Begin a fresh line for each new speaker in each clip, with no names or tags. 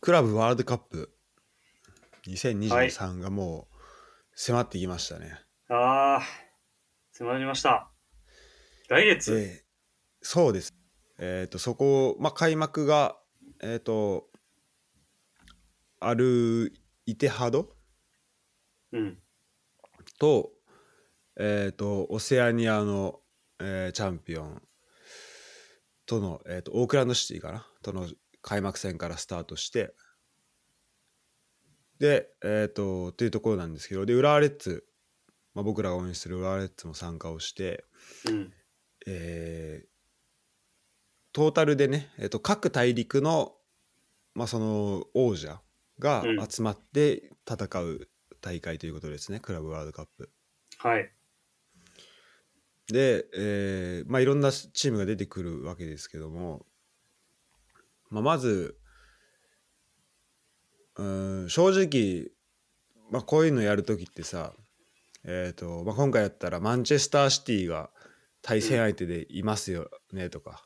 クラブワールドカップ2023がもう迫ってきましたね。
ああ、迫りました。来月、
ええそうです。えっ、と、そこ、まあ、開幕が、えっ、と、アルイテハド
うん。
と、えっ、と、オセアニアの、えーチャンピオンとの、えーと、オークランドシティかなとの開幕戦からスタートして、で、えっ、と、というところなんですけど、で、浦和レッズ、まあ、僕らが応援する浦和レッズも参加をして、
うん。
えートータルでね、えー、と各大陸の,、まあその王者が
うん
集まって戦う大会ということですね、クラブワールドカップ。
はい。
で、えーまあ、いろんなチームが出てくるわけですけども、まあ、まずうーん正直、まあ、こういうのやるときってさ、えーとまあ、今回やったらマンチェスターシティが対戦相手でいますよねとか、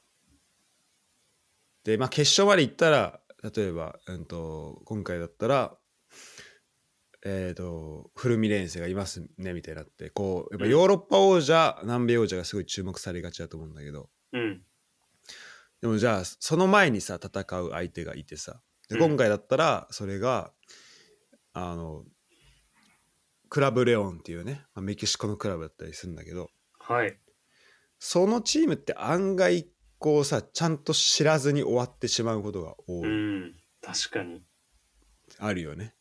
で、まあ、決勝まで行ったら例えば、うん、と今回だったらえー、とフルミレーンセがいますねみたいになってこうやっぱヨーロッパ王者、南米王者がすごい注目されがちだと思うんだけど
うん。
でもじゃあその前にさ戦う相手がいてさで
うん
今回だったらそれが、あのクラブレオンっていうね、まあ、メキシコのクラブだったりするんだけど
はい。
そのチームって案外こうさちゃんと知らずに終わってしまうことが多
う
い、
ん。確かに。
あるよね。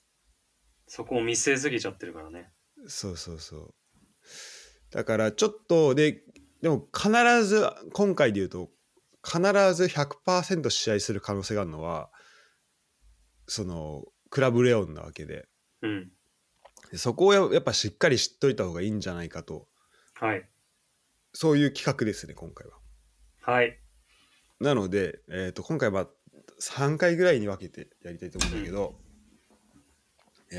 そこを見据えすぎちゃってるからね。
そうそうそうだからちょっとででも必ず今回で言うと必ず100%試合する可能性があるのはそのクラブレオンなわけで
うん。
でそこをややっぱしっかり知っといた方がいいんじゃないかと
はい。
そういう企画ですね今回は。
はい。
なので、えー、と今回は3回ぐらいに分けてやりたいと思うんだけど、えー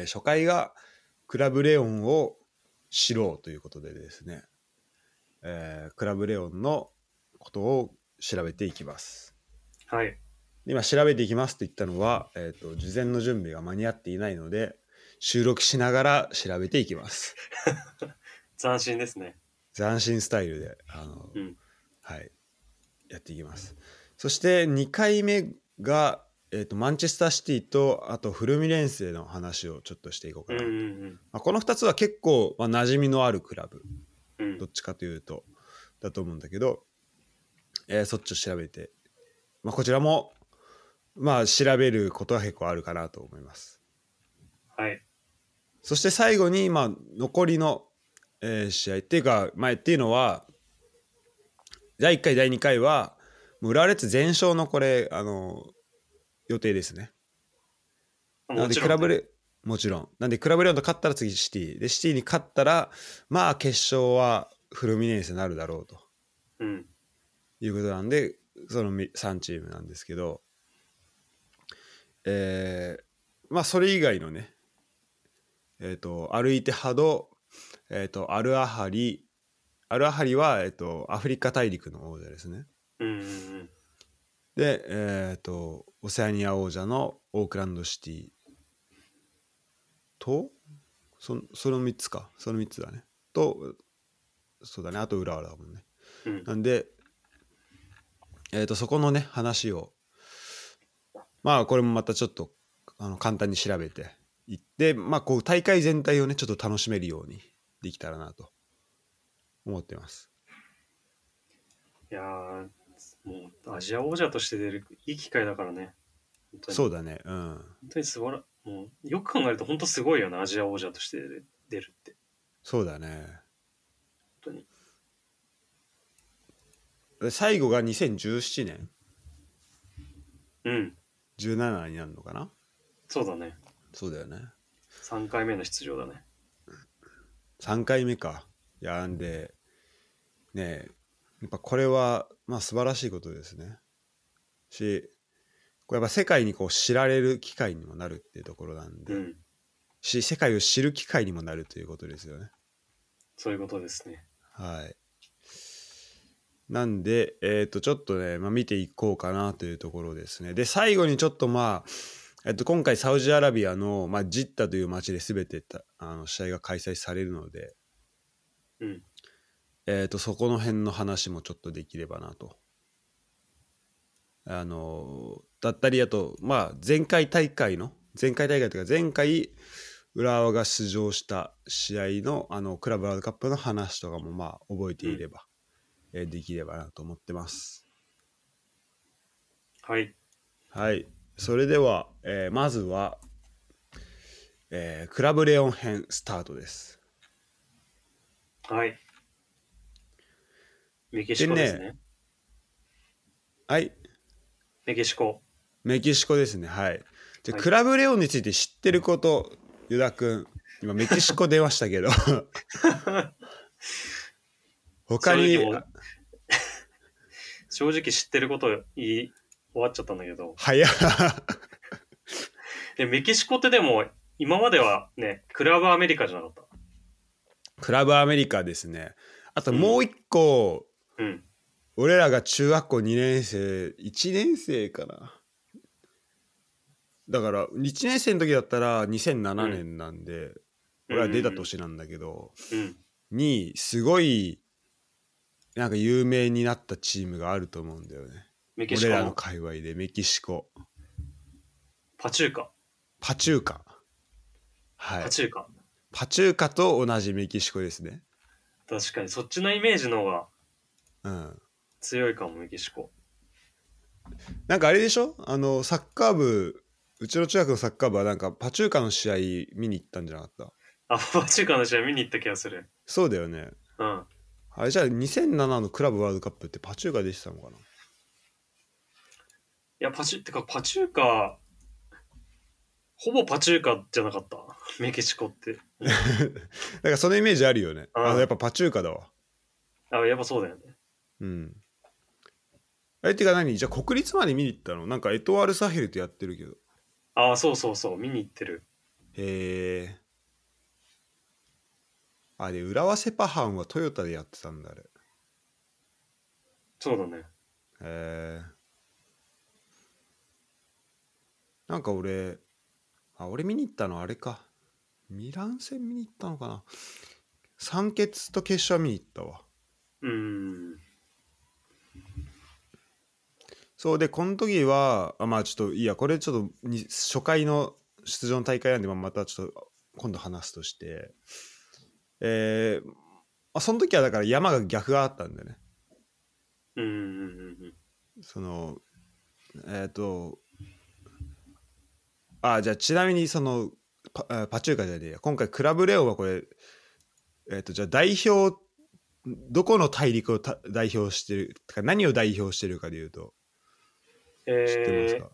初回がクラブレオンを知ろうということでですね、えークラブレオンのことを調べていきます。
はい。
で今調べていきますと言ったのは、えー、と事前の準備が間に合っていないので収録しながら調べていきます。
斬新ですね。
斬新スタイルであの、
うん
はい、やっていきます。そして2回目が、えー、とマンチェスターシティとあとフルミレンセの話をちょっとしていこう
う
かな。
んう
ま
ん
あ、この2つは結構、まあ、馴染みのあるクラブ
うん。う
ど
ん。
っちかというとだと思うんだけど、えーそっちを調べて、まあ、こちらも、まあ、調べることは結構あるかなと思います。
はい。
そして最後に、まあ、残りの、えー試合っていうか、前っていうのは、第1回、第2回は、もう浦和レッズ全勝のこれ、あの、予定ですね。なの
も
で、
ち
ク
ろ
ラ
ん。
ブレ、もちろん。なんで、クラブレオンと勝ったら次シティ。で、シティに勝ったら、まあ、決勝はフルミネーセになるだろうと
うん。
いうことなんで、その3チームなんですけど、えーまあ、それ以外のね、えっ、と、歩いてハド、えっ、と、アルアハリ、アルアハリは、えっ、と、アフリカ大陸の王者ですね。
うんうんうん。
で、えっ、と、オセアニア王者のオークランドシティと、そその3つか、その3つだね。と、そうだね、あと浦和だもんね。
うん。
なんで、えー、とそこのね話をまあこれもまたちょっとあの簡単に調べていってまあこう大会全体をねちょっと楽しめるようにできたらなと思ってます。
いやーもうアジア王者として出るいい機会だからね。本当に
そうだねうん
本当に素晴らもうよく考えると本当すごいよね、アジア王者として出る出るって。
そうだね。
本当に。
で最後が2017年
うん、
17になるのかな
そうだね。
そうだよね。
3回目の出場だね。
3回目か。いやなんでねえやっぱこれはまあ素晴らしいことですね。しこれやっぱ世界にこう知られる機会にもなるっていうところなんで、
うん、
し世界を知る機会にもなるということですよね。
そういうことですね。
はい。なんで、えっ、と、ちょっとね、まあ、見ていこうかなというところですね。で、最後にちょっとまあ、えっと、今回サウジアラビアの、まあ、ジッタという町で全てたあの試合が開催されるので、
うん。
えー、とそこの辺の話もちょっとできればなと。あのだったりあと、まあ、前回大会の前回大会というか前回浦和が出場した試合のあのクラブワールドカップの話とかもまあ覚えていれば、えーできればなと思ってます。
はい。
はい、それでは、えーまずは、えークラブレオン編スタートです。
はい。メキシコですね。
ではい
メキシコ。
メキシコですねはいで、
はい
クラブレオンについて知ってることユダ君今メキシコ出ました けど他に
正直もう正直知ってること言い終わっちゃったんだけど。
早っ
でメキシコってでも、今まではね、クラブアメリカじゃなかった。
クラブアメリカですねあともう一個、
うん。
俺らが中学校2年生1年生かなだから1年生の時だったら2007年なんで、俺ら出た年なんだけど、
うん。
にすごいなんか有名になったチームがあると思うんだよね
メキシ
俺
コ
らの
の
界隈でメキシコ
パチューカ。
パチューカはい
パチューカ。
パチューカと同じメキシコですね
確かに、そっちのイメージの方が
うん
強いかも、メキシコ。
なんかあれでしょあのサッカー部うちの中学のサッカー部はなんかパチューカの試合見に行ったんじゃなかった
あ、パチューカの試合見に行った気がする。
そうだよね
うん。
あれじゃあ2007のクラブワールドカップってパチューカでしたのかない
や、パチュ、てか、パチューカ、ほぼパチューカじゃなかった。メキシコって。
なんかそのイメージあるよね
うん
あのやっぱパチューカだわ
あ、やっぱそうだよね。
うん。え、てか何じゃあ国立まで見に行ったのなんかエトワール・サヘルとやってるけど。
あ、そうそうそう、見に行ってる。
へえ。あれ、浦和セパハンはトヨタでやってたんだ、あれ。へ
そうだね。
え。なんか俺、あ、俺見に行ったのあれか。ミラン戦見に行ったのかな三欠と決勝見に行ったわ。
うーん。
そうでこの時はあまあちょっといいやこれちょっとに初回の出場の大会なんでまあまたちょっと今度話すとしてえーまあ、その時はだから山が逆があったんだよね
うーん。
そのえっ、とあじゃあちなみにそのパあパチューカじゃねえや今回クラブレオンはこれえっ、とじゃあ代表どこの大陸をた代表してるてか何を代表してるかでいうと知ってます
え
か、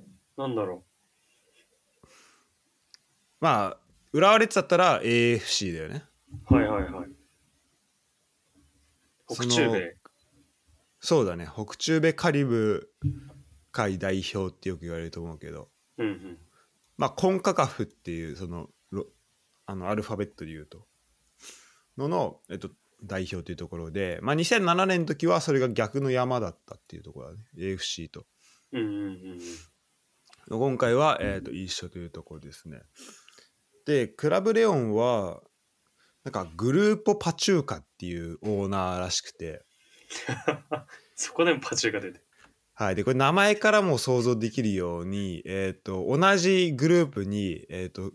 ー、なんだろ
まあ浦和レッズだったら AFC だよね
う。はいはいはい。北中米。
そうだね北中米カリブ海代表ってよく言われると思うけど
うんうん。
まあコンカカフっていうそのロあのアルファベットで言うとのの、えっと、代表というところで、まあ、2007年の時はそれが逆の山だったっていうところだね AFC と
うんうんうん
今回は、えー、と一緒というところですねでクラブレオンはなんかグルーポパチューカっていうオーナーらしくて、
うん。そこでもパチューカ出てる。
はい、でこれ名前からも想像できるように、えー、と同じグループに、えー、と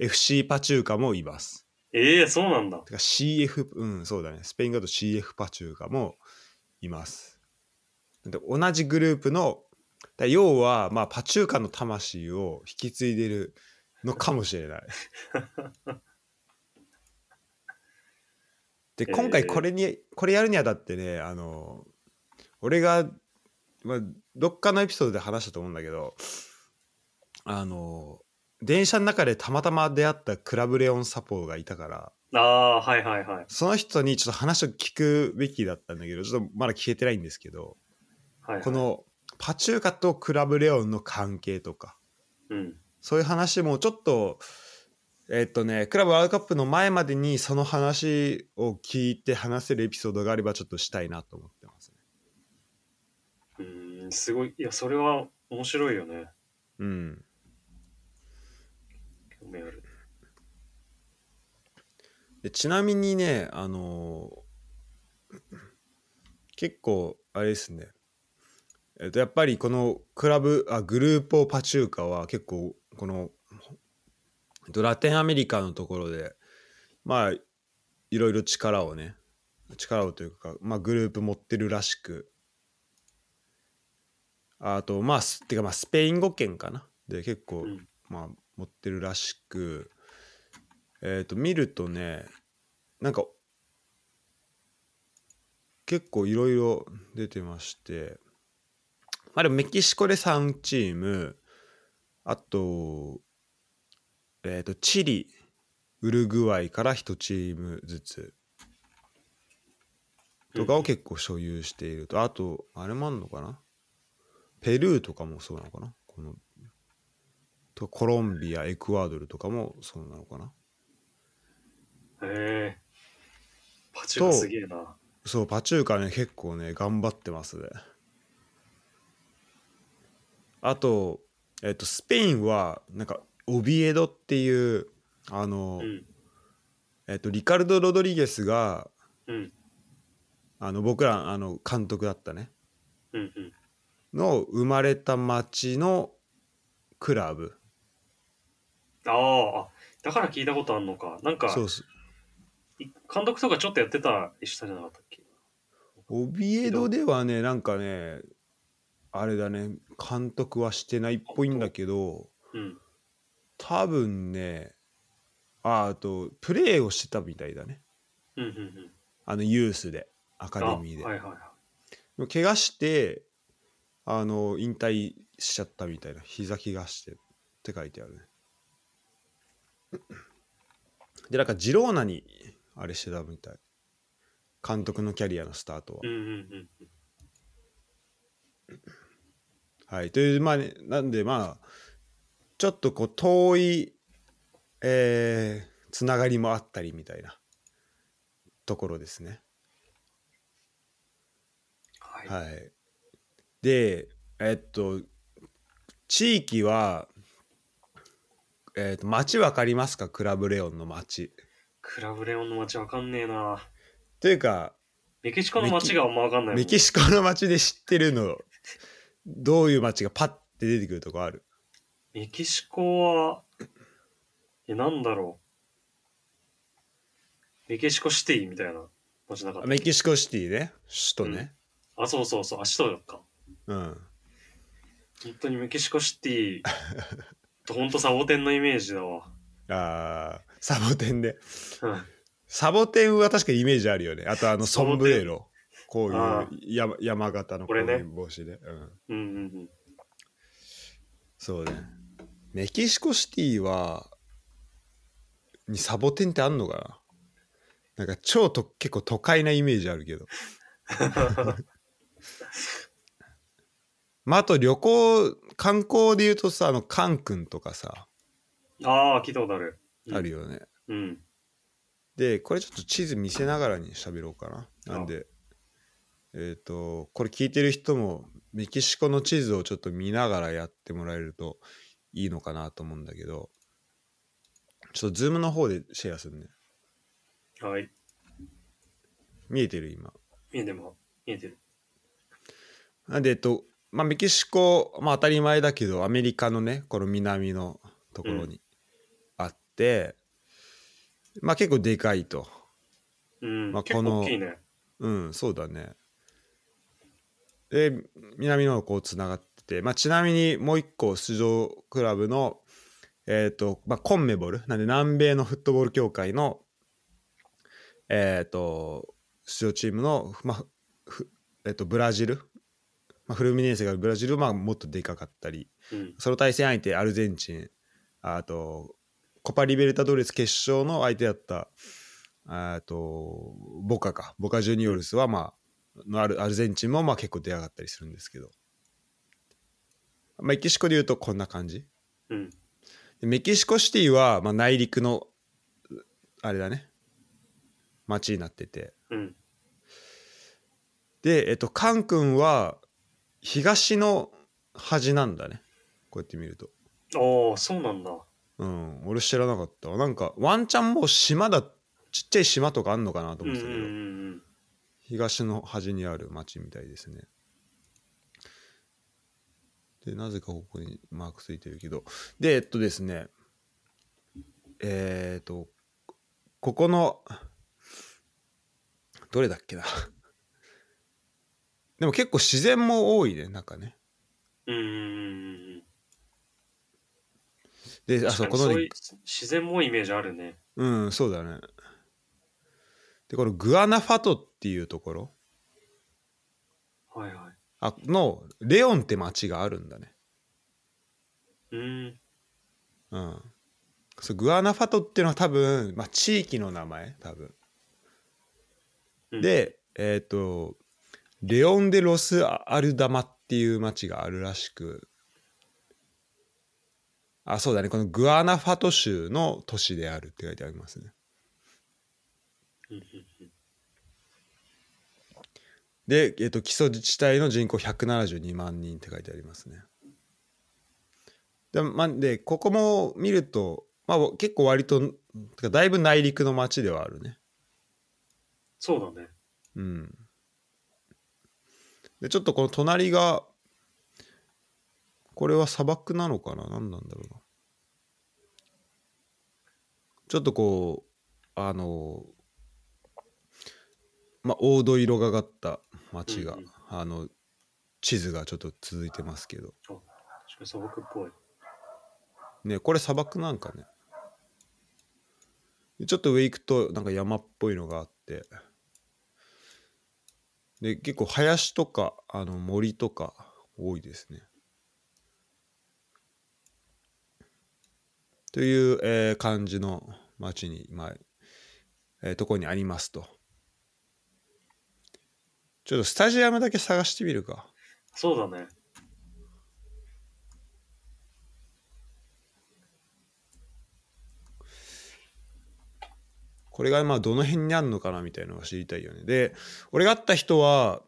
FC パチューカもいます。
ええー、そうなんだ。
てか CF、うん、そうだね。スペイン語だと CF パチューカもいます。で同じグループの、だ要は、まあ、パチューカの魂を引き継いでるのかもしれない。で、今
え
回
ー
これに、これやるにあたってね、あの、俺が、まあ、どっかのエピソードで話したと思うんだけど、あの、電車の中でたまたま出会ったクラブレオンサポーがいたから、
ああ、はいはいはい。
その人にちょっと話を聞くべきだったんだけどちょっとまだ聞けてないんですけど
はい、はい。
こ、のパチューカとクラブレオンの関係とか
うん。
そういう話もちょっとえっとねクラブワールドカップの前までにその話を聞いて話せるエピソードがあればちょっとしたいなと思ってますね。
うーん、すごい、いや、それは面白いよね。
うん
興味ある。
でちなみにねあのー結構あれですねえっとやっぱりこのクラブあグルーポパチューカは結構このえっとラテンアメリカのところでまあいろいろ力をね力をというか、まあ、グループ持ってるらしくあとまあすてかまあスペイン語圏かなで結構、
うん
まあ、持ってるらしくえっ、と見るとねなんか結構いろいろ出てましてまあでもメキシコで3チームあとえっ、とチリウルグアイから1チームずつとかを結構所有していると、あとあれもあんのかなペルーとかもそうなのかなこのとコロンビアエクアドルとかもそうなのかな
へえ。パチがすげえな。
そうパチューカね結構ね頑張ってますねあと,、えっとスペインはなんかオビエドっていうあの、
うん。
えっとリカルド・ロドリゲスが
うん。
あの僕らあの監督だったね
うん。うん。
の生まれた町のクラブ
あーあ、だから聞いたことあんのか。なんか、
そうっす
い監督とかちょっとやってたりしたじゃなかったっけ
オビエドではねなんかねあれだね監督はしてないっぽいんだけど
うん。
多分ねああとプレーをしてたみたいだね
うん。うん。うん。
あのユースでアカ
あ、
デ
はい
ミーで、
はいはい。
でも怪我してあの引退しちゃったみたいな膝怪我してって書いてあるねでなんかジローナにあれしてたみたい監督のキャリアのスタートは
うん。うん。
はい、というまあね、なんでまあちょっとこう遠い、えーつながりもあったりみたいなところですね。
はい。は
は
い、
い、でえっと地域は、えっと町わかりますかクラブレオンの町。
クラブレオンの街わかんねえな。
というか
メキシコの街があんまわかんないもん。
メキシコの町で知ってるのどういう町がパッて出てくるとこある
メキシコは、え、なんだろう。メキシコシティみたいな街なかった。
メキシコシティね首都ね。
あ、そうそうそう、あ、シトだか。
うん
本当にメキシコシティと本当サボテンのイメージだわ。
あーサボテンで
うん
サボテンは確かにイメージあるよねあとあの
サボテ
ソン
ン
ブレロこうい
ああ
う山山形のこ
こ
うい
れね
う帽子で、うん、
うん うん
そうねメキシコシティはにサボテンってあんのかななんか超と結構都会なイメージあるけどまああと旅行観光で言うとさあのカン君とかさ
うん。ああ、聞いたことある。うん
あるよね、
うん。
でこれちょっと地図見せながらに喋ろうかな
あ
なんでえっ、とこれ聞いてる人もメキシコの地図をちょっと見ながらやってもらえるといいのかなと思うんだけどちょっとズームの方でシェアするね
はい。
見えてる今
見えても、見えてる。
なんでえっとまあメキシコまあ当たり前だけどアメリカのねこの南のところにあって、まあ結構でかいと
うん。
まあ
結
この
構大きいね。
うん、そうだね。で、南の方こうつながってて、まあ、ちなみにもう一個出場クラブの、えっ、と、まあ、コンメボル、なんで南米のフットボール協会の、えっ、と、出場チームの、まあ、ふえっとブラジル、まあ、フルミネーセがあるブラジルは、まあ、もっとでかかったり、
うん。
その対戦相手アルゼンチンあとコパ・リベルタドレス決勝の相手だったあとボカかボカジュニオルスはまあのアルアルゼンチンもまあ結構出やがったりするんですけどメキシコでいうとこんな感じ
うん。
でメキシコシティはまあ内陸のあれだね町になってて
うん。
でえっとカン君は東の端なんだねこうやって見ると
ああ、そうなんだ。あ
うん俺知らなかったわなんかワンチャンもう島だちっちゃい島とかあんのかなと
うん
思って
うん
たけど、
うん
東の端にある町みたいですね。で、なぜかここにマークついてるけど。で、えっとですね、えっと、ここの、どれだっけな。でも結構自然も多いね、なんかね。
うんうん
で、
うん。
あ、
確か
そう、
に
この
そう
ね
いう、自然もイメージあるね。
うん、そうだね。で、このグアナファトっていうところ
はいはい。
あの、レオンって町があるんだね。
うん。
うん、そうグアナファトっていうのは多分、まあ、地域の名前多分、
うん
でえっ、とレオン・デ・ロス・アルダマっていう町があるらしくあそうだねこのグアナファト州の都市であるって書いてありますね
うんうん
で、えっと基礎自治体の人口172万人って書いてありますね。で,、まあ、でここも見ると、まあ、結構割とてかだいぶ内陸の町ではあるね。
そうだね。
うん。でちょっとこの隣がこれは砂漠なのかな何なんだろうな。ちょっとこうあのまあ黄土色がかった町が、
うんうん
あの地図がちょっと続いてますけど
確かに砂漠っぽい。
ねこれ砂漠なんかねでちょっと上行くとなんか山っぽいのがあってで結構林とかあの森とか多いですねという、えー感じの町に、まあえーとこにありますとちょっとスタジアムだけ探してみるか
そうだね。
これがまあどの辺にあるのかなみたいなのが知りたいよねで俺が会った人は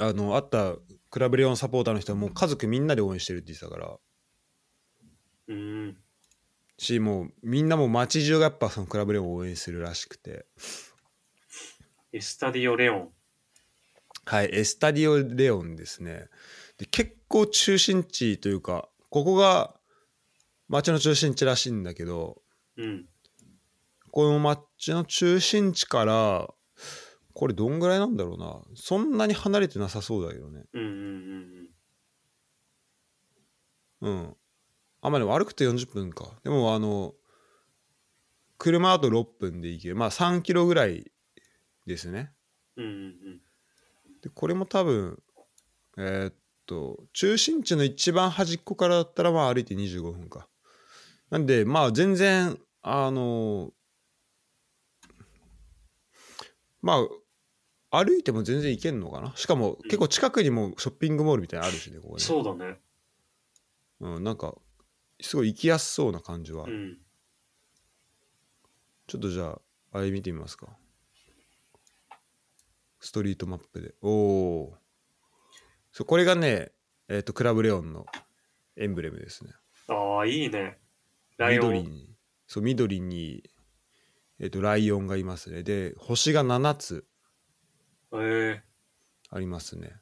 あの会ったクラブレオンサポーターの人はもう家族みんなで応援してるって言ってたから
うん。
しもうみんなもう街中がやっぱそのクラブレオンを応援するらしくて
エスタディオレオン。
はいエスタディオレオンですねで結構中心地というかここが街の中心地らしいんだけど
うん。
この街の中心地からこれどんぐらいなんだろうなそんなに離れてなさそうだけどね
うんうん
う
うん
ん。あ、まあでも歩くと40分か。でもあの、車だと6分で行ける。まあ3キロぐらいですね。
うん。うんうん
で、これも多分、えーっと、中心地の一番端っこからだったらまあ歩いて25分か。なんで、まあ全然、あのまあ、歩いても全然行けんのかな。しかも結構近くにもショッピングモールみたいなのあるしね、ここ
うん。
ね。
そうだね。
うん、なんかすごい行きやすそうな感じはあ
う
る、
ん。
ちょっとじゃああれ見てみますかストリートマップでおおそうこれがねえっ、とクラブレオンのエンブレムですね
ああ、いいね。ライオ
緑
ン。
にそう緑にえっ、とライオンがいますねで星が7つ
ええ
ありますね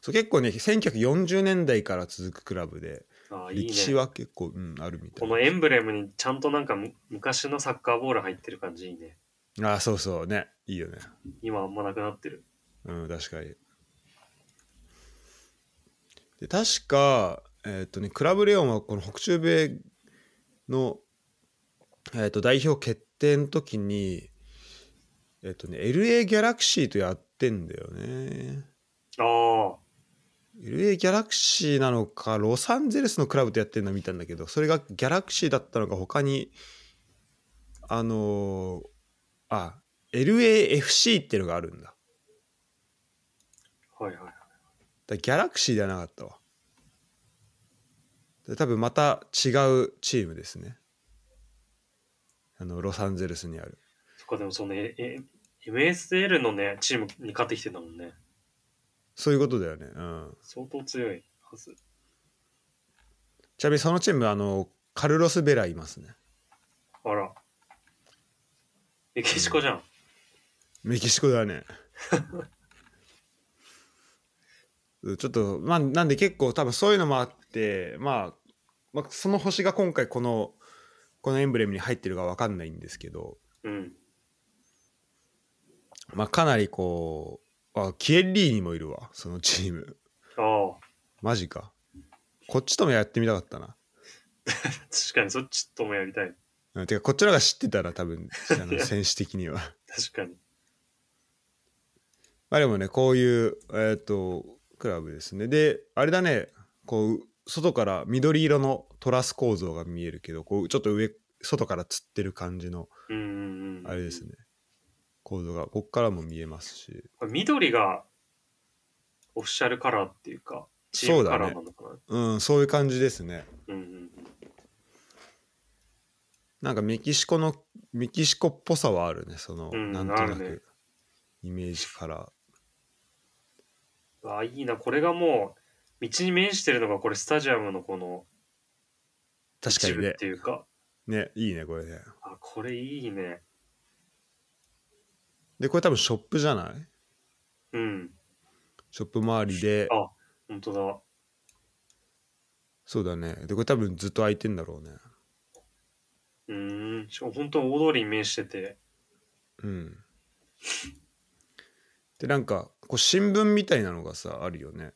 そう結構ね1940年代から続くクラブで
ああ、いい
歴史
ね。
は結構うんあるみた
こ
いな
のエンブレムにちゃんとなんかむ昔のサッカーボール入ってる感じいいね。
ああそうそうねいいよね
今あんまなくなってる。
うん確かにで確かえっ、とねクラブレオンはこの北中米の、えー、と代表決定の時にえっ、とね LA ギャラクシーとやってんだよね
ああ、
LA ギャラクシーなのかロサンゼルスのクラブとやってるの見たんだけどそれがギャラクシーだったのか他にあのーあ LAFC っていうのがあるんだ
はいはい。
だギャラクシーではなかったわで多分また違うチームですねあのロサンゼルスにある
そっか、でもそのええ MSL のね、チームに勝ってきてたもんね。
そういうことだよね。うん。
相当強いはず。
ちなみにそのチーム、あの、カルロス・ベラいますね。
あら。メキシコじゃん。
メキシコだね。ちょっと、まあ、なんで結構多分そういうのもあって、まあ、まあ、その星が今回この、このエンブレムに入ってるかわかんないんですけど、
うん。
まあ、かなりこう、あ、キエリーニもいるわ、そのチーム。
ああ。
マジか。こっちともやってみたかったな。
確かに、そっちともやりたい。
うんてか、こっちの方が知ってたら多分、あ の選手的には。
確かに。
まあでもね、こういう、えー、とクラブですね。で、あれだね、こう外から緑色のトラス構造が見えるけど、こうちょっと上、外から釣ってる感じの、
うんうんうん。
あれですね、構造が、こっからも見えますし、
これ緑がオフィシャルカラーっていうか、チームカラーなのかな。
うん、そういう感じですね。
うんうん
なんかメキシコの、メキシコっぽさはあるね、その、
うん
なんとな
あるね
く、イメージから。
うん。ああ、いいな。これがもう、道に面してるのが、これスタジアムのこの
確か
一
に
部っ
ね、
ていうか、
ね、いいね、これね。
あ、これいいね。
で、これ多分ショップじゃない
うん。
ショップ周りで、
あ、本当だ。
そうだね。で、これ多分ずっと空いてんだろうね。
うーん。しかも本当大通りに面してて。
うん。でなんかこう新聞みたいなのがさあるよね。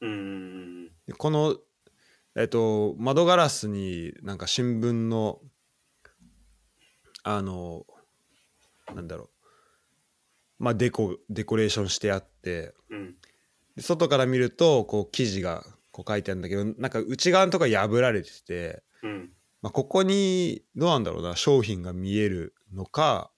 うんうんうん。
でこのえっと窓ガラスになんか新聞のあのなんだろうまあデコデコレーションしてあって
うん。
で外から見るとこう記事がこう書いてあるんだけどなんか内側のとこは破られてて、
うん。
まあ、ここにどうなんだろうな商品が見えるのか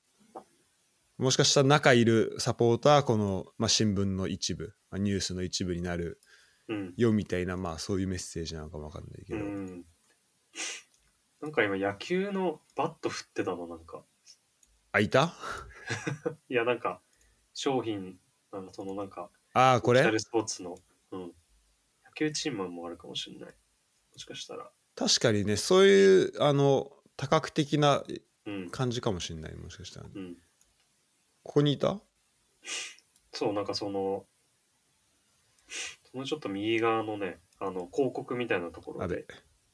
もしかしたら中いるサポーターはこの、まあ、新聞の一部、まあ、ニュースの一部になる
うん。
よみたいな、まあ、そういうメッセージなのかもわかんないけ
う
ど、
ん。なんか今野球のバット振ってたの、なんか。
あいた
いや、なんか、商品、なんかそのなんか、
ああこ
オフィシャ
れ
ルスポーツの、うん。野球チームもあるかもしれない。もしかしたら。
確かにねそういうあの多角的な
うん。
感じかもしれないもしかしたら、ね、
うん。
ここにいた
そう、なんかその、そのちょっと右側のね、あの、広告みたいなところ
あべ
で。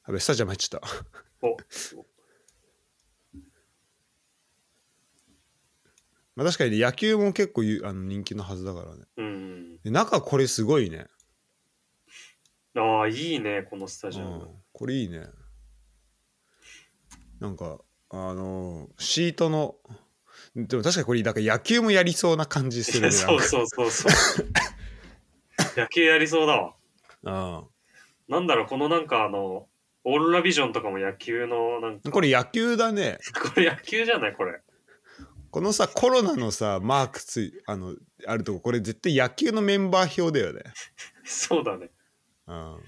あべスタジアム入っちゃった
お
まあ確かに、ね、野球も結構ゆあの人気のはずだからね
うん。
で中これすごいね、
ああ、いいね、このスタジ
う
ア
ん
ム。、
これいいねなんかあのーシートのでも確かにこれなんか野球もやりそうな感じするねなんか
そうそうそうそう。 野球やりそうだわ。なんだろう、このなんかあの、オーロラビジョンとかも野球の、なん
う
か、
んこれ野球だね
これ野球じゃないこれ。
このさコロナのさマークついあのあるとここれ絶対野球のメンバー表だよね、
そうだね。
うん、
あ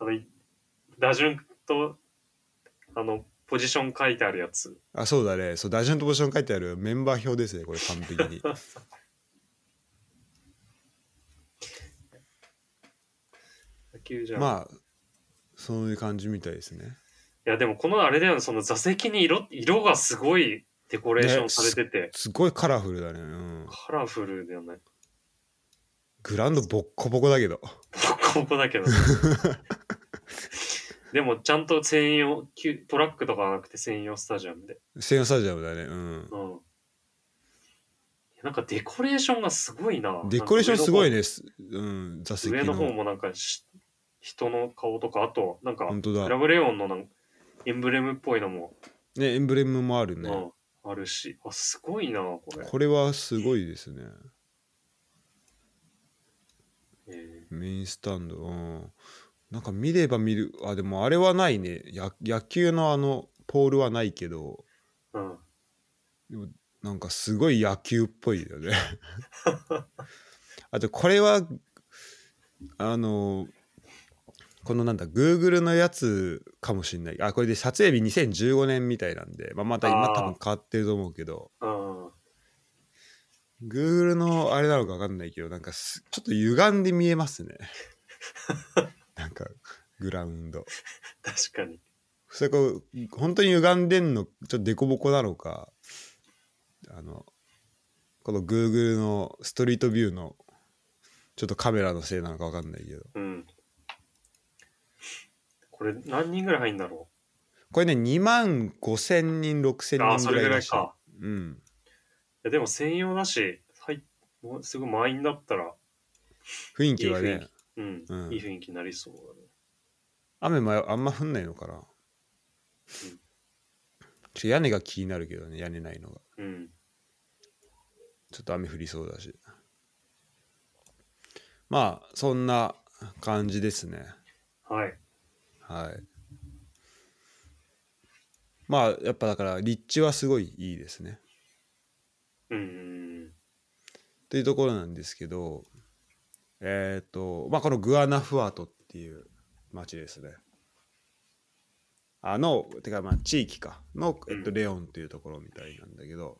の、い打順と、あの、ポジション書いてあるやつ。
あそうだねそう打順とポジション書いてあるメンバー表ですねこれ完璧 に
野球じゃん。い
まあそういう感じみたいですね
や、でもこのあれだよね、その座席に色、色がすごいデコレーションされてて、
すごいカラフルだね、うん、
カラフルだよね。
グラウンドボッコボコだけど
ボコボコだ けど。でも、ちゃんと専用、きゅトラックとかはなくて専用スタジアムで。
専用スタジアムだねうん
うん。なんかデコレーションがすごいな。
デコレーションすごいね、すうん、座席
上
の。
の方もなんかし人の顔とかあとなんか
本当
ラ
だ。
ブレオンのなんかエンブレムっぽいのも、
ね、エンブレムもあるね。
うん、あるしあすごいなこれ、
これはすごいですね。
え
メインスタンド。うん、なんか見れば見る。あ、でもあれはないね。や野球のあの、ポールはないけど、
ーうん、
なんかすごい野球っぽい よね。あと、これは、あの、このなんだ、Google のやつかもしんない。あ、これで撮影日2015年みたいなんで、まあ、また今
あー
多分変わってると思うけど、
あー
Google のあれなのか分かんないけど、なんかすちょっと歪んで見えます ね。なんか、グラウンド。
確かに。
それこう、本当に歪んでんの、ちょっと凸凹なのか、あの、この Google のストリートビューの、ちょっとカメラのせいなのか分かんないけど。
うん。これ何人ぐらい入んだろ
これね、2万5千人、6
う
千
ああ、
人
そ
ぐ
れ
らい
ぐら
ら
い
しい。
か。
うん。
いやでも専用だし、はい、もうすぐ満員だったら、
雰囲気はね、
いい雰囲うん、
うん
いい雰囲気になりそうだね。
雨もあんま降んないのかな。ちょ屋根が気になるけどね、屋根ないのが。
うん。
ちょっと雨降りそうだし。まあ、そんな感じですね。
はい。
はい。まあ、やっぱだから、立地はすごいいいですね。
うん。
というところなんですけど、えっ、と、まあ、このグアナフアトっていう町ですね。あの、てか、まあ、地域か、の、えっと、
うん
レオンっていうところみたいなんだけど、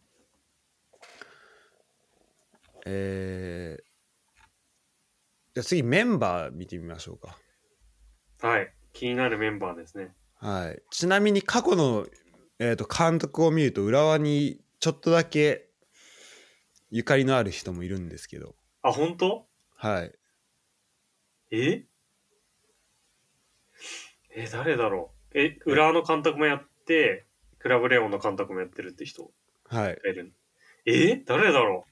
えー、じゃあ次、メンバー見てみましょうか。
はい。気になるメンバーですね。
はい、ちなみに過去の、えー、と監督を見ると浦和にちょっとだけゆかりのある人もいるんですけど、
あ、本当
はい、
ええ、誰だろうえ、浦和の監督もやって、クラブレオンの監督もやってるって人
はい、
がいるえ誰だろ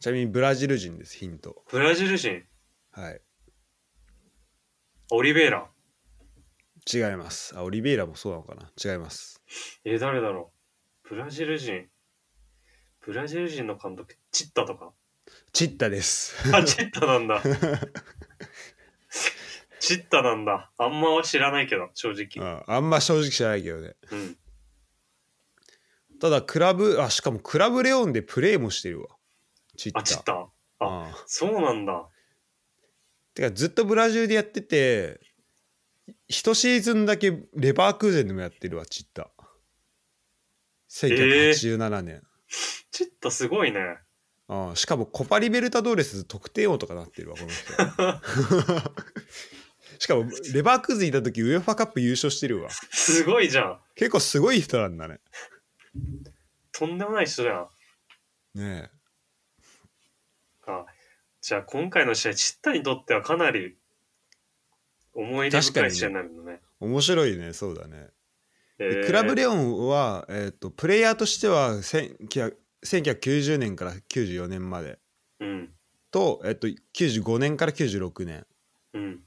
ちなみにブラジル人ですヒント、
うブラジル人
はい、
オリベイラ。
違いますあオリベイラもそうなのかな違います
え、誰だろうブラジル人。ブラジル人の監督、チッ タとか。
チッタです
あ、チッタなんだ。 チッタなんだ。あんまは知らないけど、正直。
ああんま正直じゃないけどね
うん。
ただクラブあしかもクラブレオンでプレーもしてるわチッタ
あ、チッタ
ああ
そうなんだ。
てかずっとブラジルでやってて一シーズンだけレバークーゼンでもやってるわチッタ1987年、
チッタすごいね。
ああしかもコパリベルタドーレス得点王とかなってるわこの人しかもレバークーゼンいた時ウェファカップ優勝してるわ
すごいじゃん。
結構すごい人なんだね
とんでもない人じゃん。
ねえ
あじゃあ今回の試合、チッタにとってはかなり思い出深い試合になるのね。
面白いねそうだねで
えー
クラブレオンは、えー、とプレイヤーとしては1900 1990年から94年まで
うん。
と,、えっと95年から96年
うん。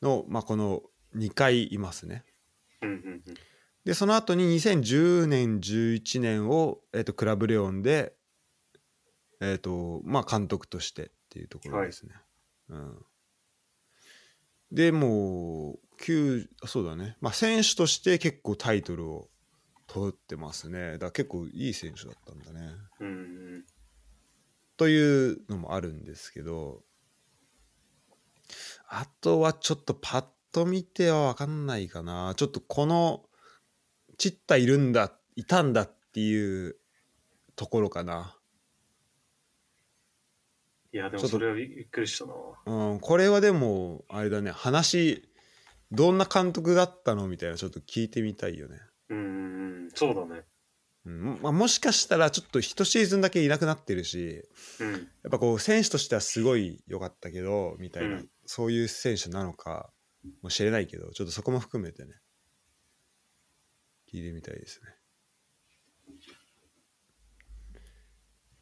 の、まあ、この2回いますね。
うん。うん。うん
でその後に2010年11年を、えっとクラブレオンで、えっとまあ、監督としてっていうところですね。うん、でもう9そうだね、まあ、選手として結構タイトルを取ってますね。だから結構いい選手だったんだね。
うんうん。
というのもあるんですけどあとはちょっとパッと見ては分かんないかなちょっとこのチッタいるんだいたんだっていうところかな、
いや、で
ちょ
も
っと
それはびっくりしたな。
うん、これはでもあれだね話どんな監督だったのみたいなちょっと聞いてみたいよね、
うんうん。うんそうだね。
うんまあ、もしかしたらちょっと一シーズンだけいなくなってるし
うん。
やっぱこう選手としてはすごい良かったけどみたいな、
うん
そういう選手なのかもしれないけどちょっとそこも含めてね聞いてみたいですね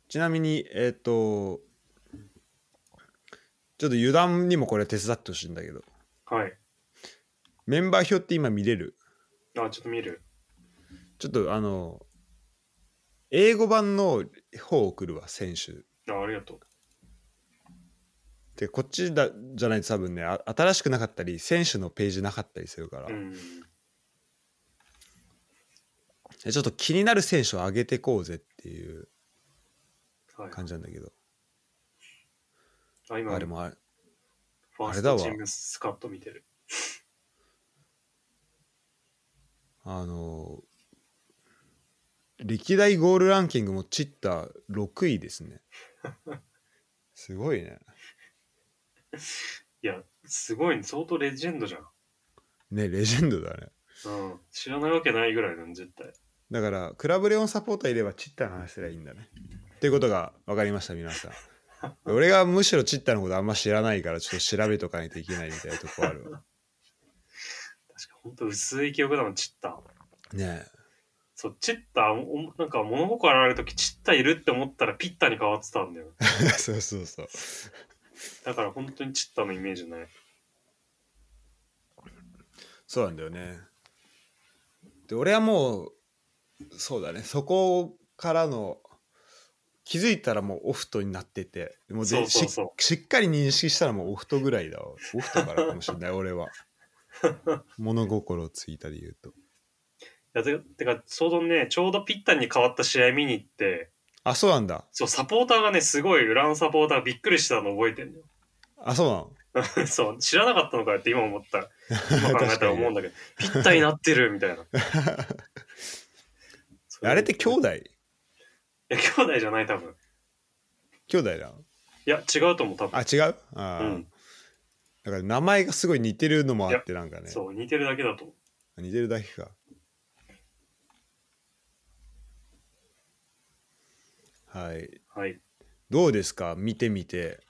ちなみにえっ、とちょっと油断にもこれ手伝ってほしいんだけど
はい。
メンバー表って今見れる
あ、ちょっと見る。
ちょっとあの英語版の方を送るわ選手
あ、ありがとう。
でこっちだじゃないと多分ねあ新しくなかったり選手のページなかったりするから、
うん。
でちょっと気になる選手を上げてこうぜっていう
はい。
感じなんだけど、
あ、今、
あれもある
ファー
あれ
ス
だ
ト
わ
チームスカット見てる。
あのー歴代ゴールランキングもチッタ6位です ね。すごいね。
いや、すごい、相当レジェンドじゃん。
ね、レジェンドだね。
うん、知らないわけないぐらいなん絶対。
だから、クラブレオンサポーターいればチッタの話すればいいんだね。っていうことが分かりました、皆 さん。俺がむしろチッタのことあんま知らないから、ちょっと調べとかないといけないみたいなとこあるわ。
確か、ほんと薄い記憶だもん、チッタ。
ねえ。
そう、チッタ、おなんか物心あるとき、チッタいるって思ったらピッタに変わってたんだよ。
そうそうそう。
だから本当にチッタのイメージない。
そうなんだよね。で、俺はもう、そうだね、そこからの、気づいたらもうオフトになってて、もうで
そうそうそう
ししっかり認識したらもうオフトぐらいだわ。オフトからかもしれない、俺 は。物心ついたで言うと。
いやててか、ちょうどね、ちょうどピッタに変わった試合見に行って、
あ、そうなんだ。
そう、サポーターがね、すごい、ウランサポーターがびっくりしたの覚えてんだよ。
あ、そうなの
そう、知らなかったのかよって今 思った。今考え
確
た
からに
思うんだけど、ピッタになってるみ たいな。
あれって兄
い
弟
や、兄弟じゃない、多分。
兄弟だ。
いや、違うと思う、多分。
あ、違うあ
う
ー、
ん、
だから名前がすごい似てるのもあって、なんかね。
そう、似てるだけだと思う。
似てるだけか。はい。
はい。
どうですか見てみて。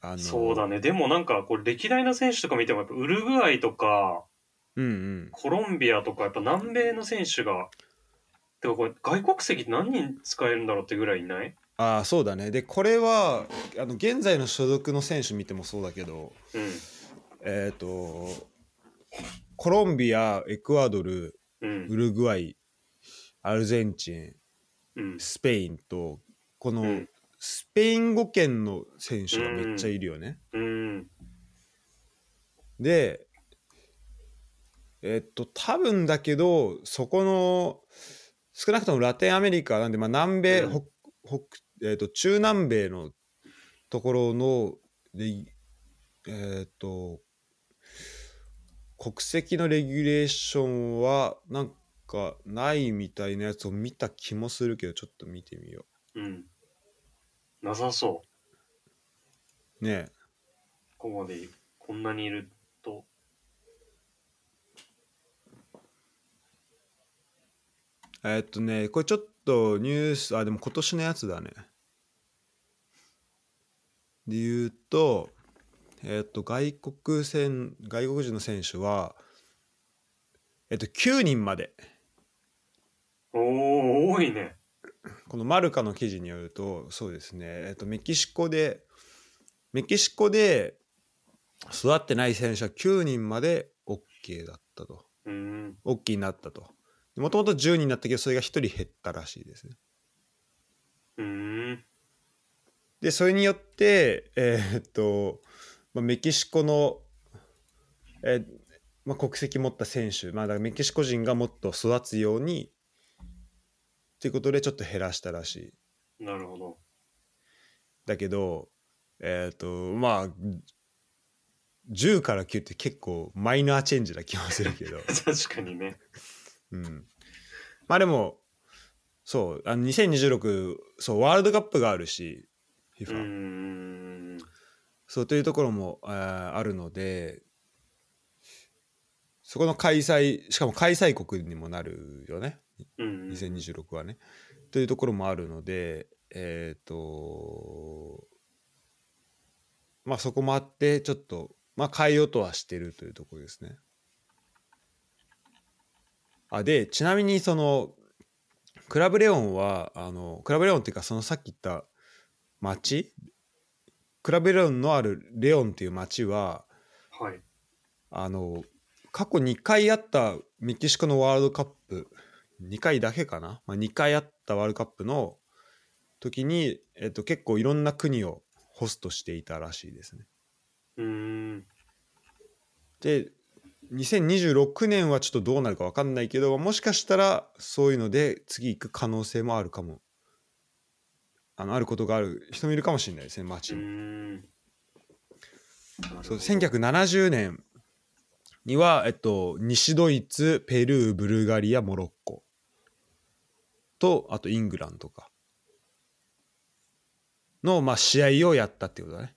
あの
そうだね。でもなんか、こう、歴代の選手とか見ても、やっぱウルグアイとか、
うんうん。
コロンビアとか、やっぱ南米の選手が、てかこれ、外国籍って何人使えるんだろうってぐらいいない
ああ、そうだね。で、これは、あの現在の所属の選手見てもそうだけど、
う
えっ、と、コロンビア、エクアドル、
ん。
ウルグアイ、アルゼンチン、
うん。うん。
スペインと、こ
う
の
ん
スペイン語圏の選手がめっちゃいるよね。
うん。
でえっと多分だけどそこの少なくともラテンアメリカなんで、まあ、南米、
うん
北北えっと中南米のところのレギえっと国籍のレギュレーションはなんかないみたいなやつを見た気もするけどちょっと見てみよ
うん。なさそう。
うねえ
ここまでこんなにいると。
えーっとね、これちょっとニュース、あ、でも今年のやつだね。で言うと、えーっと、外国選、外国人の選手は、えっと、9人まで。
おお多いね。
このマルカの記事によると、そうですね、えっと、メキシコで、メキシコで育ってない選手は9人まで OK だったと。
うーん。
OK になったと。もともと10人だったけど、それが1人減ったらしいですね。
うーん。
でそれによってえーっと、まあ、メキシコの、えーまあ、国籍持った選手、まあ、だからメキシコ人がもっと育つようにっていうことでちょっと減らしたらしい
なるほど。
だけどえーっとまあ10から9って結構マイナーチェンジな気もするけど、
確かにね。
うん、まあでもそうあの2026そうワールドカップがあるし
う
FIFA、
ーん。
そうというところもあーあるのでそこの開催しかも開催国にもなるよね
うん。
2026はね、というところもあるのでえっ、とまあそこもあってちょっとまあ変えようとはしてるというところですね。あでちなみにそのクラブレオンはあのクラブレオンっていうかそのさっき言った町クラブレオンのあるレオンっていう町は
はい。
あの過去2回あったメキシコのワールドカップ2回だけかな、まあ、2回あったワールドカップの時に、えっと、結構いろんな国をホストしていたらしいですね。
うーん。
で2026年はちょっとどうなるか分かんないけどもしかしたらそういうので次行く可能性もあるかもあのあることがある人もいるかもしれないですね
う
街
ー
に。
ん。
そう
なるほ
1970年には、えっと、西ドイツペルーブルガリアモロッコとあとイングランドかの、まあ、試合をやったってことだね。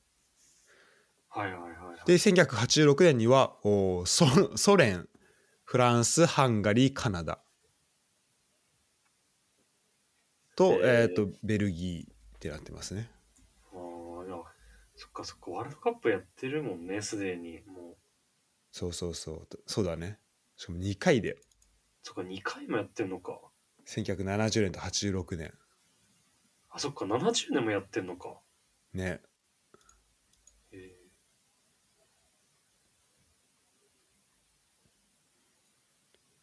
はいはいはい、はい。
で1986年にはおソソ連フランスハンガリーカナダと,、え
えー
ー、とベルギーってなってますね。
あーいやそっかそっか、ワールドカップやってるもんね、すでに。もう、
そうそうそうそうだね。しかも2回で
そっか、2回もやってんのか。
1970年と86年
あ、そっか、70年もやってんのか。
ね
へえ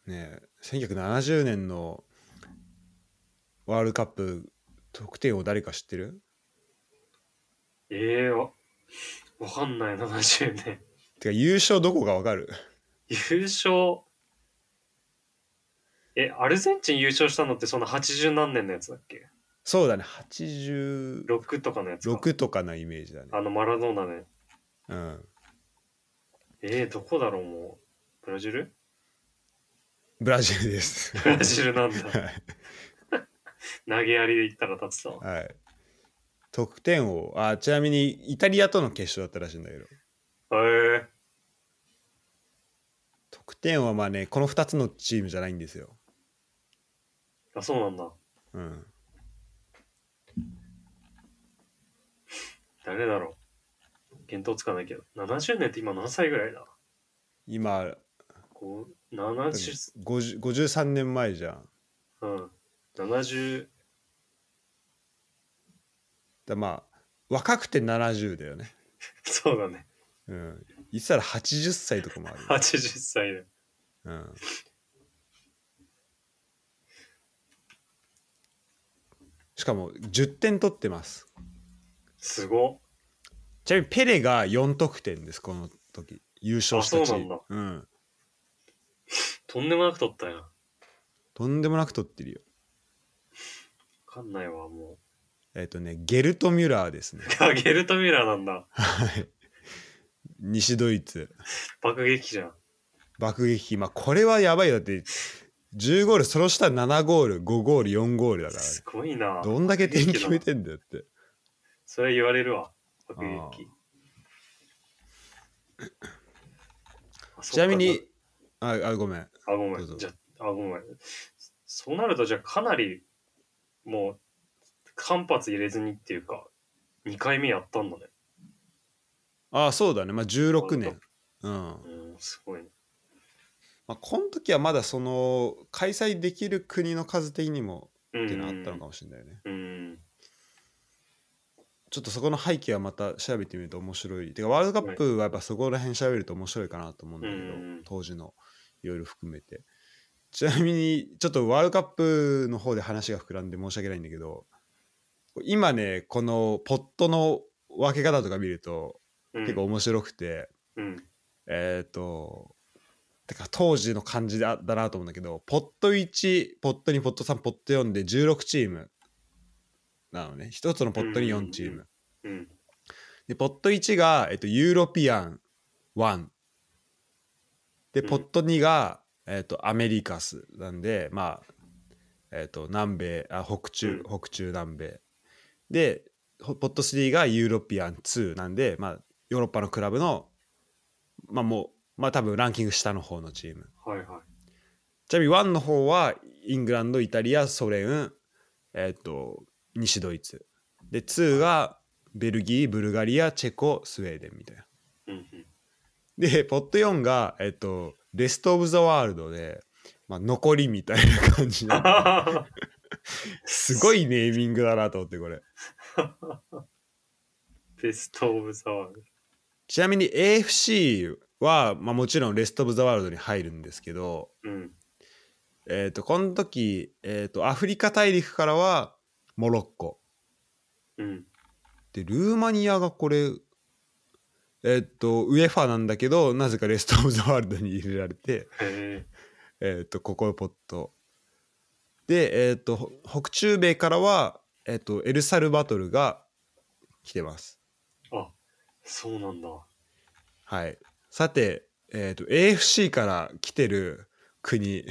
ね1970年のワールドカップ得点を誰か知ってる
えー、わわかんない、70年。
てか優勝どこかわかる
優勝。え、アルゼンチン優勝したのってその80何年のやつだっけ
そうだね86
?6 とかのやつか。
とかなイメージだね。
あのマラドーナね。
うん、
えー、どこだろう、もう。ブラジル
ブラジルです。
ブラジルなんだ。
は
投げやりで言ったら立つわ。
はい。得点王。あ、ちなみにイタリアとの決勝だったらしいんだけど。
へえ
得点王はまあね、この2つのチームじゃないんですよ。
ー、あ、そうなんだ。
うん。
誰だろう。見当つかないけど。70年って今何歳ぐらいだ
今、
こう、70、
50 53年前じゃん。だか
うん。70、
らまあ、若くて70だよね。
そうだね。
うん。いつたら80歳とかもある。
80歳で。
うん。しかも10点取ってます。
すごっ。
ちなみにペレが4得点です、この時。優勝したチーム。
あ
うん。
とんでもなく取ったやん。わ
とんでもなく取ってるよ。
かんないわ、もう。
えっ、とね、ゲルト・ミュラーですね。
あ、ゲルトミラーなんだ。
はい。西ドイツ。
爆撃じゃん。
爆撃。まあ、これはやばいよ。だって、10ゴール、その下7ゴール、5ゴール、4ゴールだからね、
すごいな。
どんだけ点決めてんだよって。
それは言われるわ。爆
あ
撃。あ
ちなみ。
そっ
に
か、
あ、あごめん。
あ、ごめ
どうぞ
ん。じゃあ、ごめん。そそうなると、じゃあ、かなり、もう、間髪入れずにっていうか、2回目やったんだね。
あそうだね。まあ、16年。うん。ま
うん、すごいね。
あ、この時はまだその、開催できる国の数的にも
うん。
っていうのあったのかもしれないよね。
うん。
ちょっとそこの背景はまた調べてみると面白い。てかワールドカップはやっぱそこら辺調べると面白いかなと思うんだけど、
うん
当時のいろいろ含めて。ちなみにちょっとワールドカップの方で話が膨らんで申し訳ないんだけど今ねこのポットの分け方とか見ると
うん
結構、面白くて、
うん。
えっ、とてか当時の感じだだなと思うんだけどポット1ポット2ポット3ポット4で16チームなのね一つのポットに4チーム。
うんうんうんうん。
で、ポット1が、えっと、ユーロピアン1。で、
うん
ポット2が、えっと、アメリカスなんで、まあ、えっと、南米、あ、北中、
う
北中南米。で、ほポット3がユーロピアン2なんで、まあ、ヨーロッパのクラブの、まあもう、まあ多分ランキング下の方のチーム。
はいは
ちなみに1の方はイングランド、イタリア、ソ連、えっ、と、西ドイツ。で、2がベルギー、ブルガリア、チェコ、スウェーデンみたいな。
い。うんうん。
で、ポット4が、えっ、と、レスト・オブ・ザ・ワールドで、まあ、残りみたいな感じなのすごいネーミングだなと思って、これ。
ベストオブザワール
ちなみに AFC は、まあ、もちろんレスト・オブ・ザ・ワールドに入るんですけど、
ド。うん。
えっ、と、この時、えっ、と、アフリカ大陸からはモロッコ。
うん。
でルーマニアがこれえっとウェファなんだけどなぜかレスト・オブ・ザ・ワールドに入れられて、
へえ。
えっとここポットで、えっとほ北中米からは、えっとエルサルバトルが来てます
あ、そうなんだ。
はいさて、えっと AFC から来てる国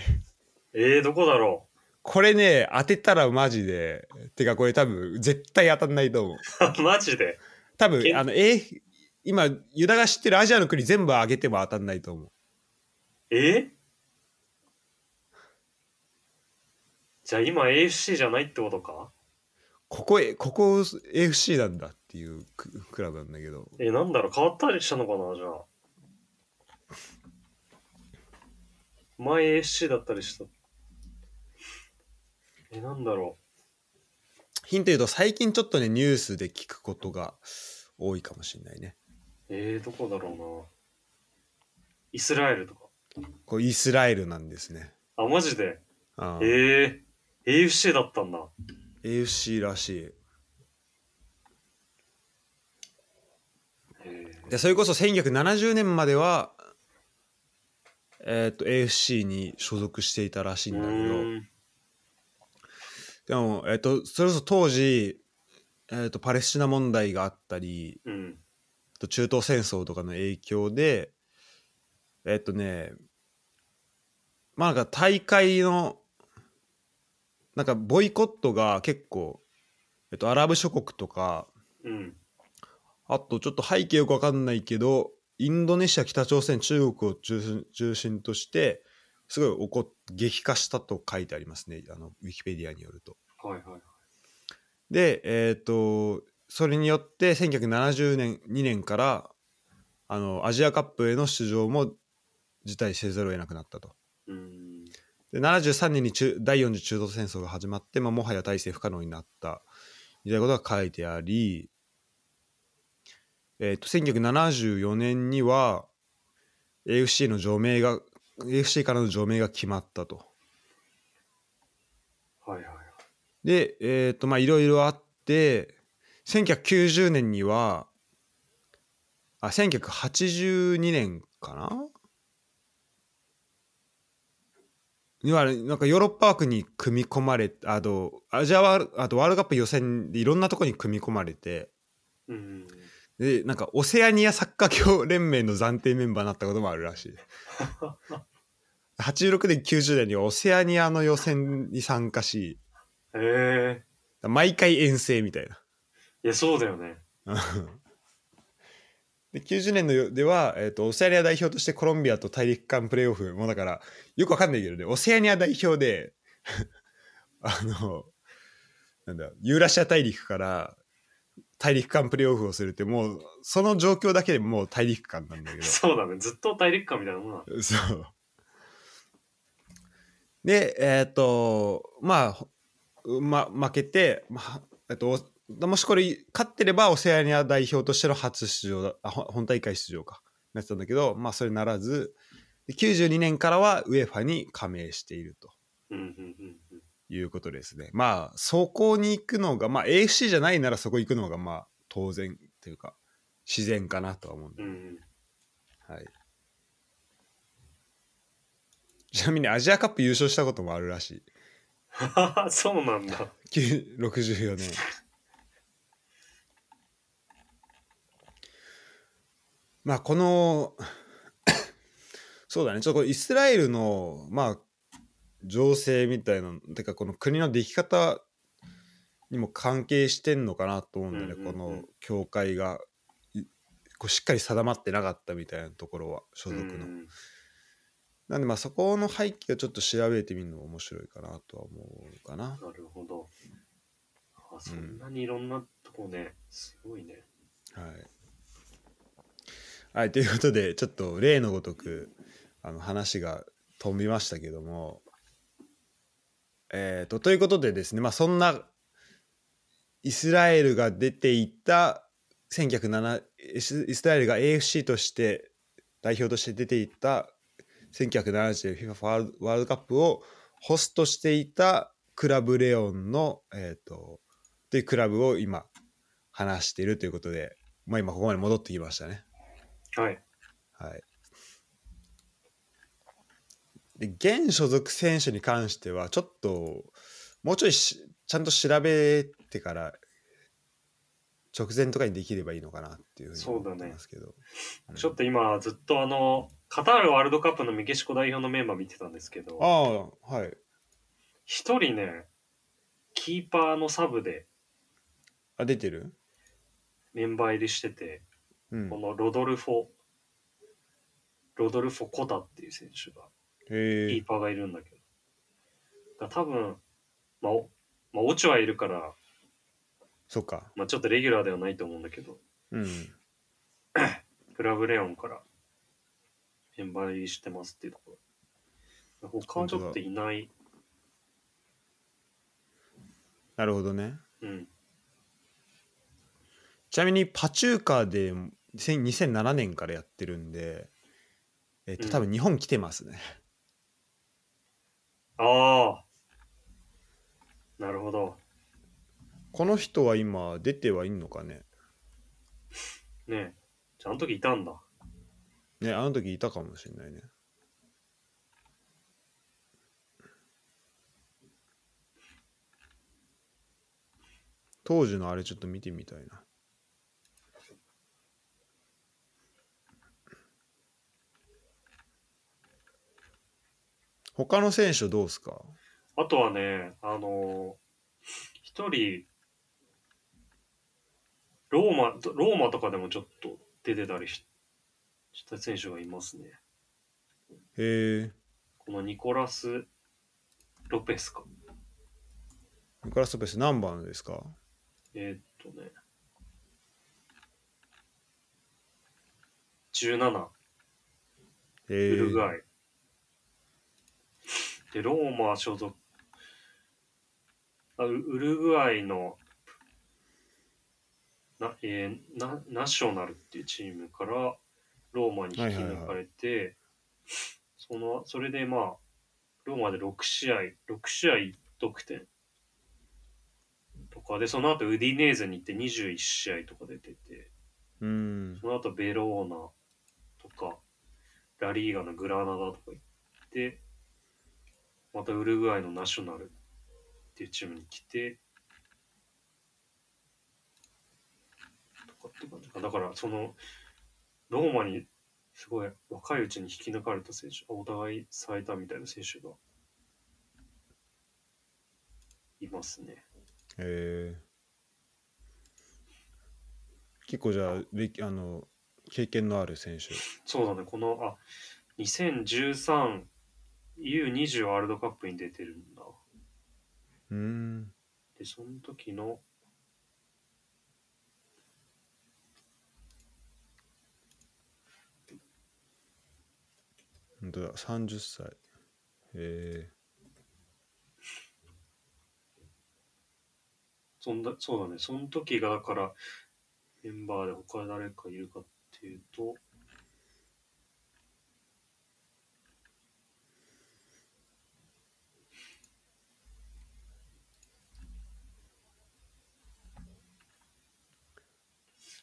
えー、どこだろ
これね、当てたらマジで、てかこれ多分絶対当たんないと思う。
マジで
多分、あの、えー、今、ユダが知ってるアジアの国全部あげても当たんないと思う。
えじゃあ今 AFC じゃないってことか
ここ、ここ AFC なんだっていうククラブなんだけど。
え、なんだろう、変わったりしたのかな、じゃあ。前 AFC だったりした。え、なんだろ
ヒント言うと、最近ちょっとね、ニュースで聞くことが多いかもしれないね。
う。えー、どこだろうな。イスラエルとか。
こうイスラエルなんですね。
あ、マジで。
あー
えー、AFC だったんだ。
AFC らしい。
えー
でそれこそ1970年までは、えー、と AFC に所属していたらしいん
う
だけど
ーん。
でも、えー、とそれこそ当時、えー、とパレスチナ問題があったり
うん。
あと中東戦争とかの影響でえっ、とねまあなんか大会のなんかボイコットが結構、えっとアラブ諸国とか
うん。
あとちょっと背景よくわかんないけどインドネシア北朝鮮中国を中心中心としてすごい怒っ激化したと書いてありますねあのウィキペディアによると。
はいはい。
でえっ、とそれによって1970年2年からあのアジアカップへの出場も辞退せざるを得なくなったと。
うーん。
で73年に中第4次中東戦争が始まって、まあ、もはや体制不可能になったみたいなことが書いてあり、えー、と1974年には AFC の除名が AFC からの除名が決まったと。
はいはいはい。
でえっ、とまあいろいろあって1990年にはあ1982年かなにはなんかヨーロッパ枠に組み込まれあとアジアワールあとワールドカップ予選でいろんなとこに組み込まれて
うん。
でなんかオセアニアサッカー協連盟の暫定メンバーになったこともあるらしい86年90年にはオセアニアの予選に参加し
え
毎回遠征みたいな
ー、いや、そうだよね。
で90年のよでは、えー、とオセアニア代表としてコロンビアと大陸間プレーオフもうだからよくわかんないけどねオセアニア代表で あのなんだユーラシア大陸から大陸間プレーオフをするってもうその状況だけでもう大陸間なんだけど
そうだね。ずっと大陸間みたいなもんな。
そう。で、えっ、と、まあほ、ま、負けて、まあ、えっと、おもしこれ、勝ってればオセアニア代表としての初出場だ、あほ本大会出場か、なってたんだけど、まあ、それならず、で92年からは UEFA に加盟していると
うんうんうんうん。
いうことですね。まあ、そこに行くのが、まあ、AFC じゃないならそこ行くのが、まあ、当然というか、自然かなとは思うんだけど
うん、
はい。ちなみにアジアカップ優勝したこともあるらし
そうなん だ。
い。9 64年。 まあこの そうだねちょっとこれイスラエルのまあ情勢みたいなてかこの国のでき方にも関係してんのかなと思うんだよね、
うんうんうん
この教会がいこうしっかり定まってなかったみたいなところは所属の。
うん
なんでまあそこの背景をちょっと調べてみるのも面白いかなとは思うかな。
なるほど。あそんなにいろんなとこね、すごいね。
はい、はい、ということでちょっと例のごとくあの話が飛びましたけども、えー、とということでですね、まあ、そんなイスラエルが出ていた1907イスイスラエルが AFC として代表として出ていた1970 FIFA ワールドワールドカップをホストしていたクラブレオンの、えー、とというクラブを今話しているということで、まあ、今ここまで戻ってきましたね。
はい。
はい、で現所属選手に関してはちょっともうちょいしちゃんと調べてから直前とかにできればいいのかなっていうふうに
そうだ
思
ね
ってますけど、うん
ちょっと今、ずっとあの、カタールワールドカップのメキシコ代表のメンバー見てたんですけど、
ああはい
一人ね、キーパーのサブで
あ、出てる
メンバー入りしてて、
うん
こ。のロドルフォ、ロドルフォ・コタっていう選手が、キ
へえ
ー。パーがいるんだけど。だから多分、まあ、おまあ、オチはいるから、
そっか。
まあ、ちょっとレギュラーではないと思うんだけど、
うん。
クラブレオンからメンバー入りしてますっていうところ。他はちょっといない。
なるほどね。
うん。
ちなみにパチューカで2000 2007年からやってるんで、えっと、
うん
多分日本来てますね。
ああ。なるほど。
この人は今出てはいんのかね
ねえ。じゃあ、あの時いたんだ。
ね、あの時いたかもしれないね。当時のあれちょっと見てみたいな。他の選手どうすか
あとはね、あのー一人、ローマ、ローマとかでもちょっと出てたりしした選手がいますね。
へえ、
このニコラス・ロペスか。
ニコラス・トペス何番ですか
えーっとね。17、ウ
へえ、
ルガイ。で、ローマ所属。あウウルグアイのな、えーなナショナルっていうチームからローマに引き抜かれて、そのそれでまあローマで6試合6試合得点とかでその後ウディネーゼに行って21試合とか出てて
うん、
その後ベローナとか、ラリーガのグラナダとか行って、またウルグアイのナショナルっていうチームに来て、とかって感じか。だから、その、ローマにすごい若いうちに引き抜かれた選手、お互い最多みたいな選手がいますね。
へえ結構じゃあべきあの経験のある選手
そうだね、この、あ、2013U20 ワールドカップに出てるんだ。
うーん
で、その時の、
本当だ30歳へえ
そんだ、そうだね、その時が、だから、メンバーで他誰かいるかっていうと、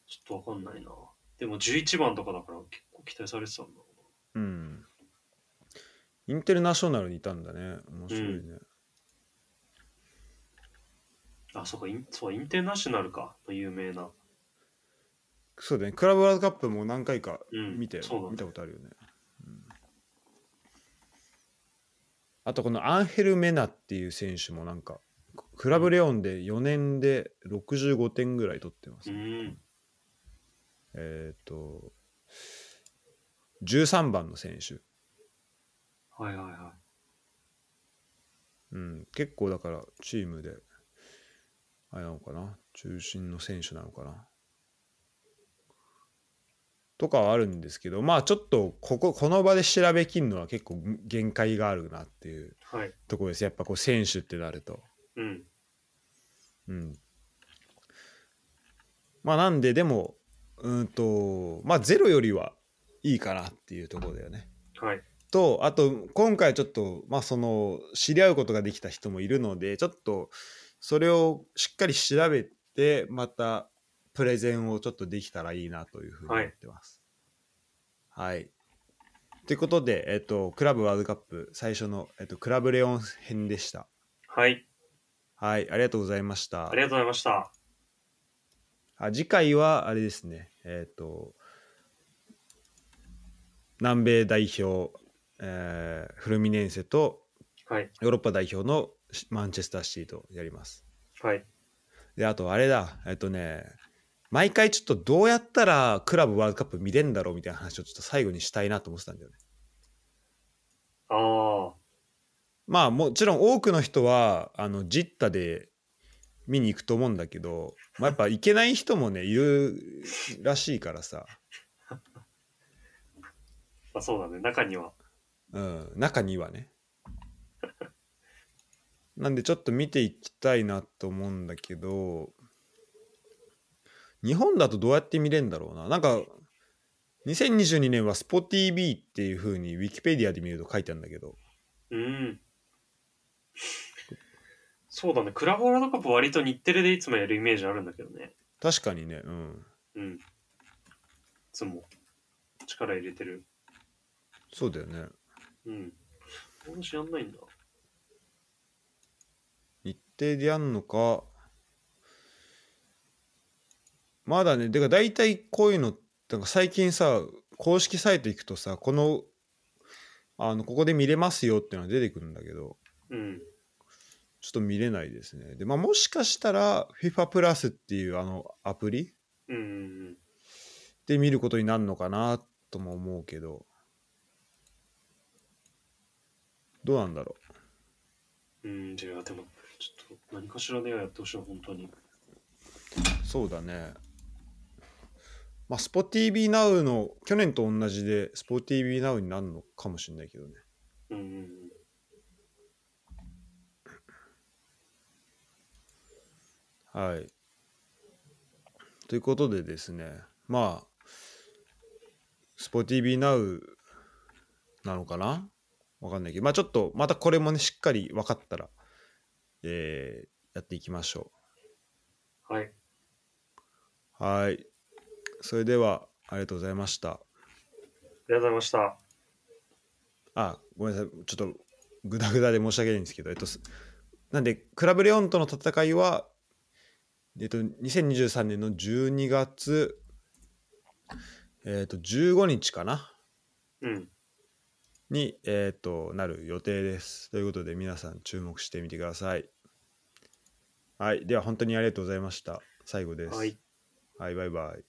ちょっとわかんないな。でも11番とかだから結構期待されてたんだろうな。
うんインテルナショナルにいたんだね面白いね、
あ、そうか、インそうインテーナショナルか、有名な。
そうだねクラブワールドカップも何回か
うん、
見て、
そうだね
見たことあるよね、うんあとこのアンヘル・メナっていう選手もなんかクラブレオンで4年で65点ぐらい取ってます、
うん、
えっ、と、13番の選手。
はいはいは
うん、結構だからチームで、あれなのかな、中心の選手なのかな。とかはあるんですけど、まあちょっとここ、この場で調べきるのは結構限界があるなっていう
い。はい。
ところです。やっぱこう選手ってなると。
うん。
うん。まあなんで、でも、うーんと、まあゼロよりはいいかなっていうところだよね。
はい。
とあと今回ちょっと、まあ、その知り合うことができた人もいるのでちょっとそれをしっかり調べてまたプレゼンをちょっとできたらいいなというふうに思ってます。はい、ということで、えっと、クラブワールドカップ最初の、えっと、クラブレオン編でした。
はい。
はい、ありがとうございました
あり。がとうございました。
あ次回はあれですね、えっ、と、南米代表、えーフルミネンセと
はい。
ヨーロッパ代表のしマンチェスターシティとやります。
はい。
で、あとあれだ、えっとね、毎回ちょっとどうやったらクラブワールドカップ見れんだろうみたいな話をちょっと最後にしたいなと思ってたんだよね。
ああ、
まあもちろん多くの人はあのジッタで見に行くと思うんだけど、まあ、やっぱ行けない人もねいるらしいからさ、
まあそうだね。中には。
うん、中にはね。 なんでちょっと見ていきたいなと思うんだけど日本だとどうやって見れるんだろうななんか2022年は SPOTV っていう風に Wikipedia で見ると書いてあるんだけど
うん。そうだね。クラブワールドカップ割と日テレでいつもやるイメージあるんだけどね。
確かにねうん
うん。いつも力入れてる。
そうだよね
うん。今年やんないんだ。
日程でやんのかまだねでか大体こういうのなんか最近さ公式サイト行くとさこのあのここで見れますよっていうのが出てくるんだけど
うん。
ちょっと見れないですねで、まあ、もしかしたら FIFA プラスっていうあのアプリ
うんうんうん。
で見ることになるのかなとも思うけどどうなんだろ
うん、じゃあ、でも、ちょっと、何かしらではやってほしいな、本当に。
うそうだねまあ SpotTVNow の去年と同じで SpotTVNow になるのかもしれないけどね
うんうんうん。
はい。ということでですね、まあ、スポティビーナウなのかなわかんないけど、まあちょっとまたこれもね、しっかり分かったら、えーやっていきましょ
はい。
う。はい。それでは、ありがとうございました。
ありがとうございました。
あ、ごめんなさい。ちょっと、グダグダで申し訳ないんですけど、えっと、すなんで、クラブレオンとの戦いは、えっと、2023年の12月、えっと、15日かな
うん。
に、えっと、なる予定です。ということで、皆さん注目してみてください。はい。では、本当にありがとうございました。最後です。
はい。
はい、バイバイ。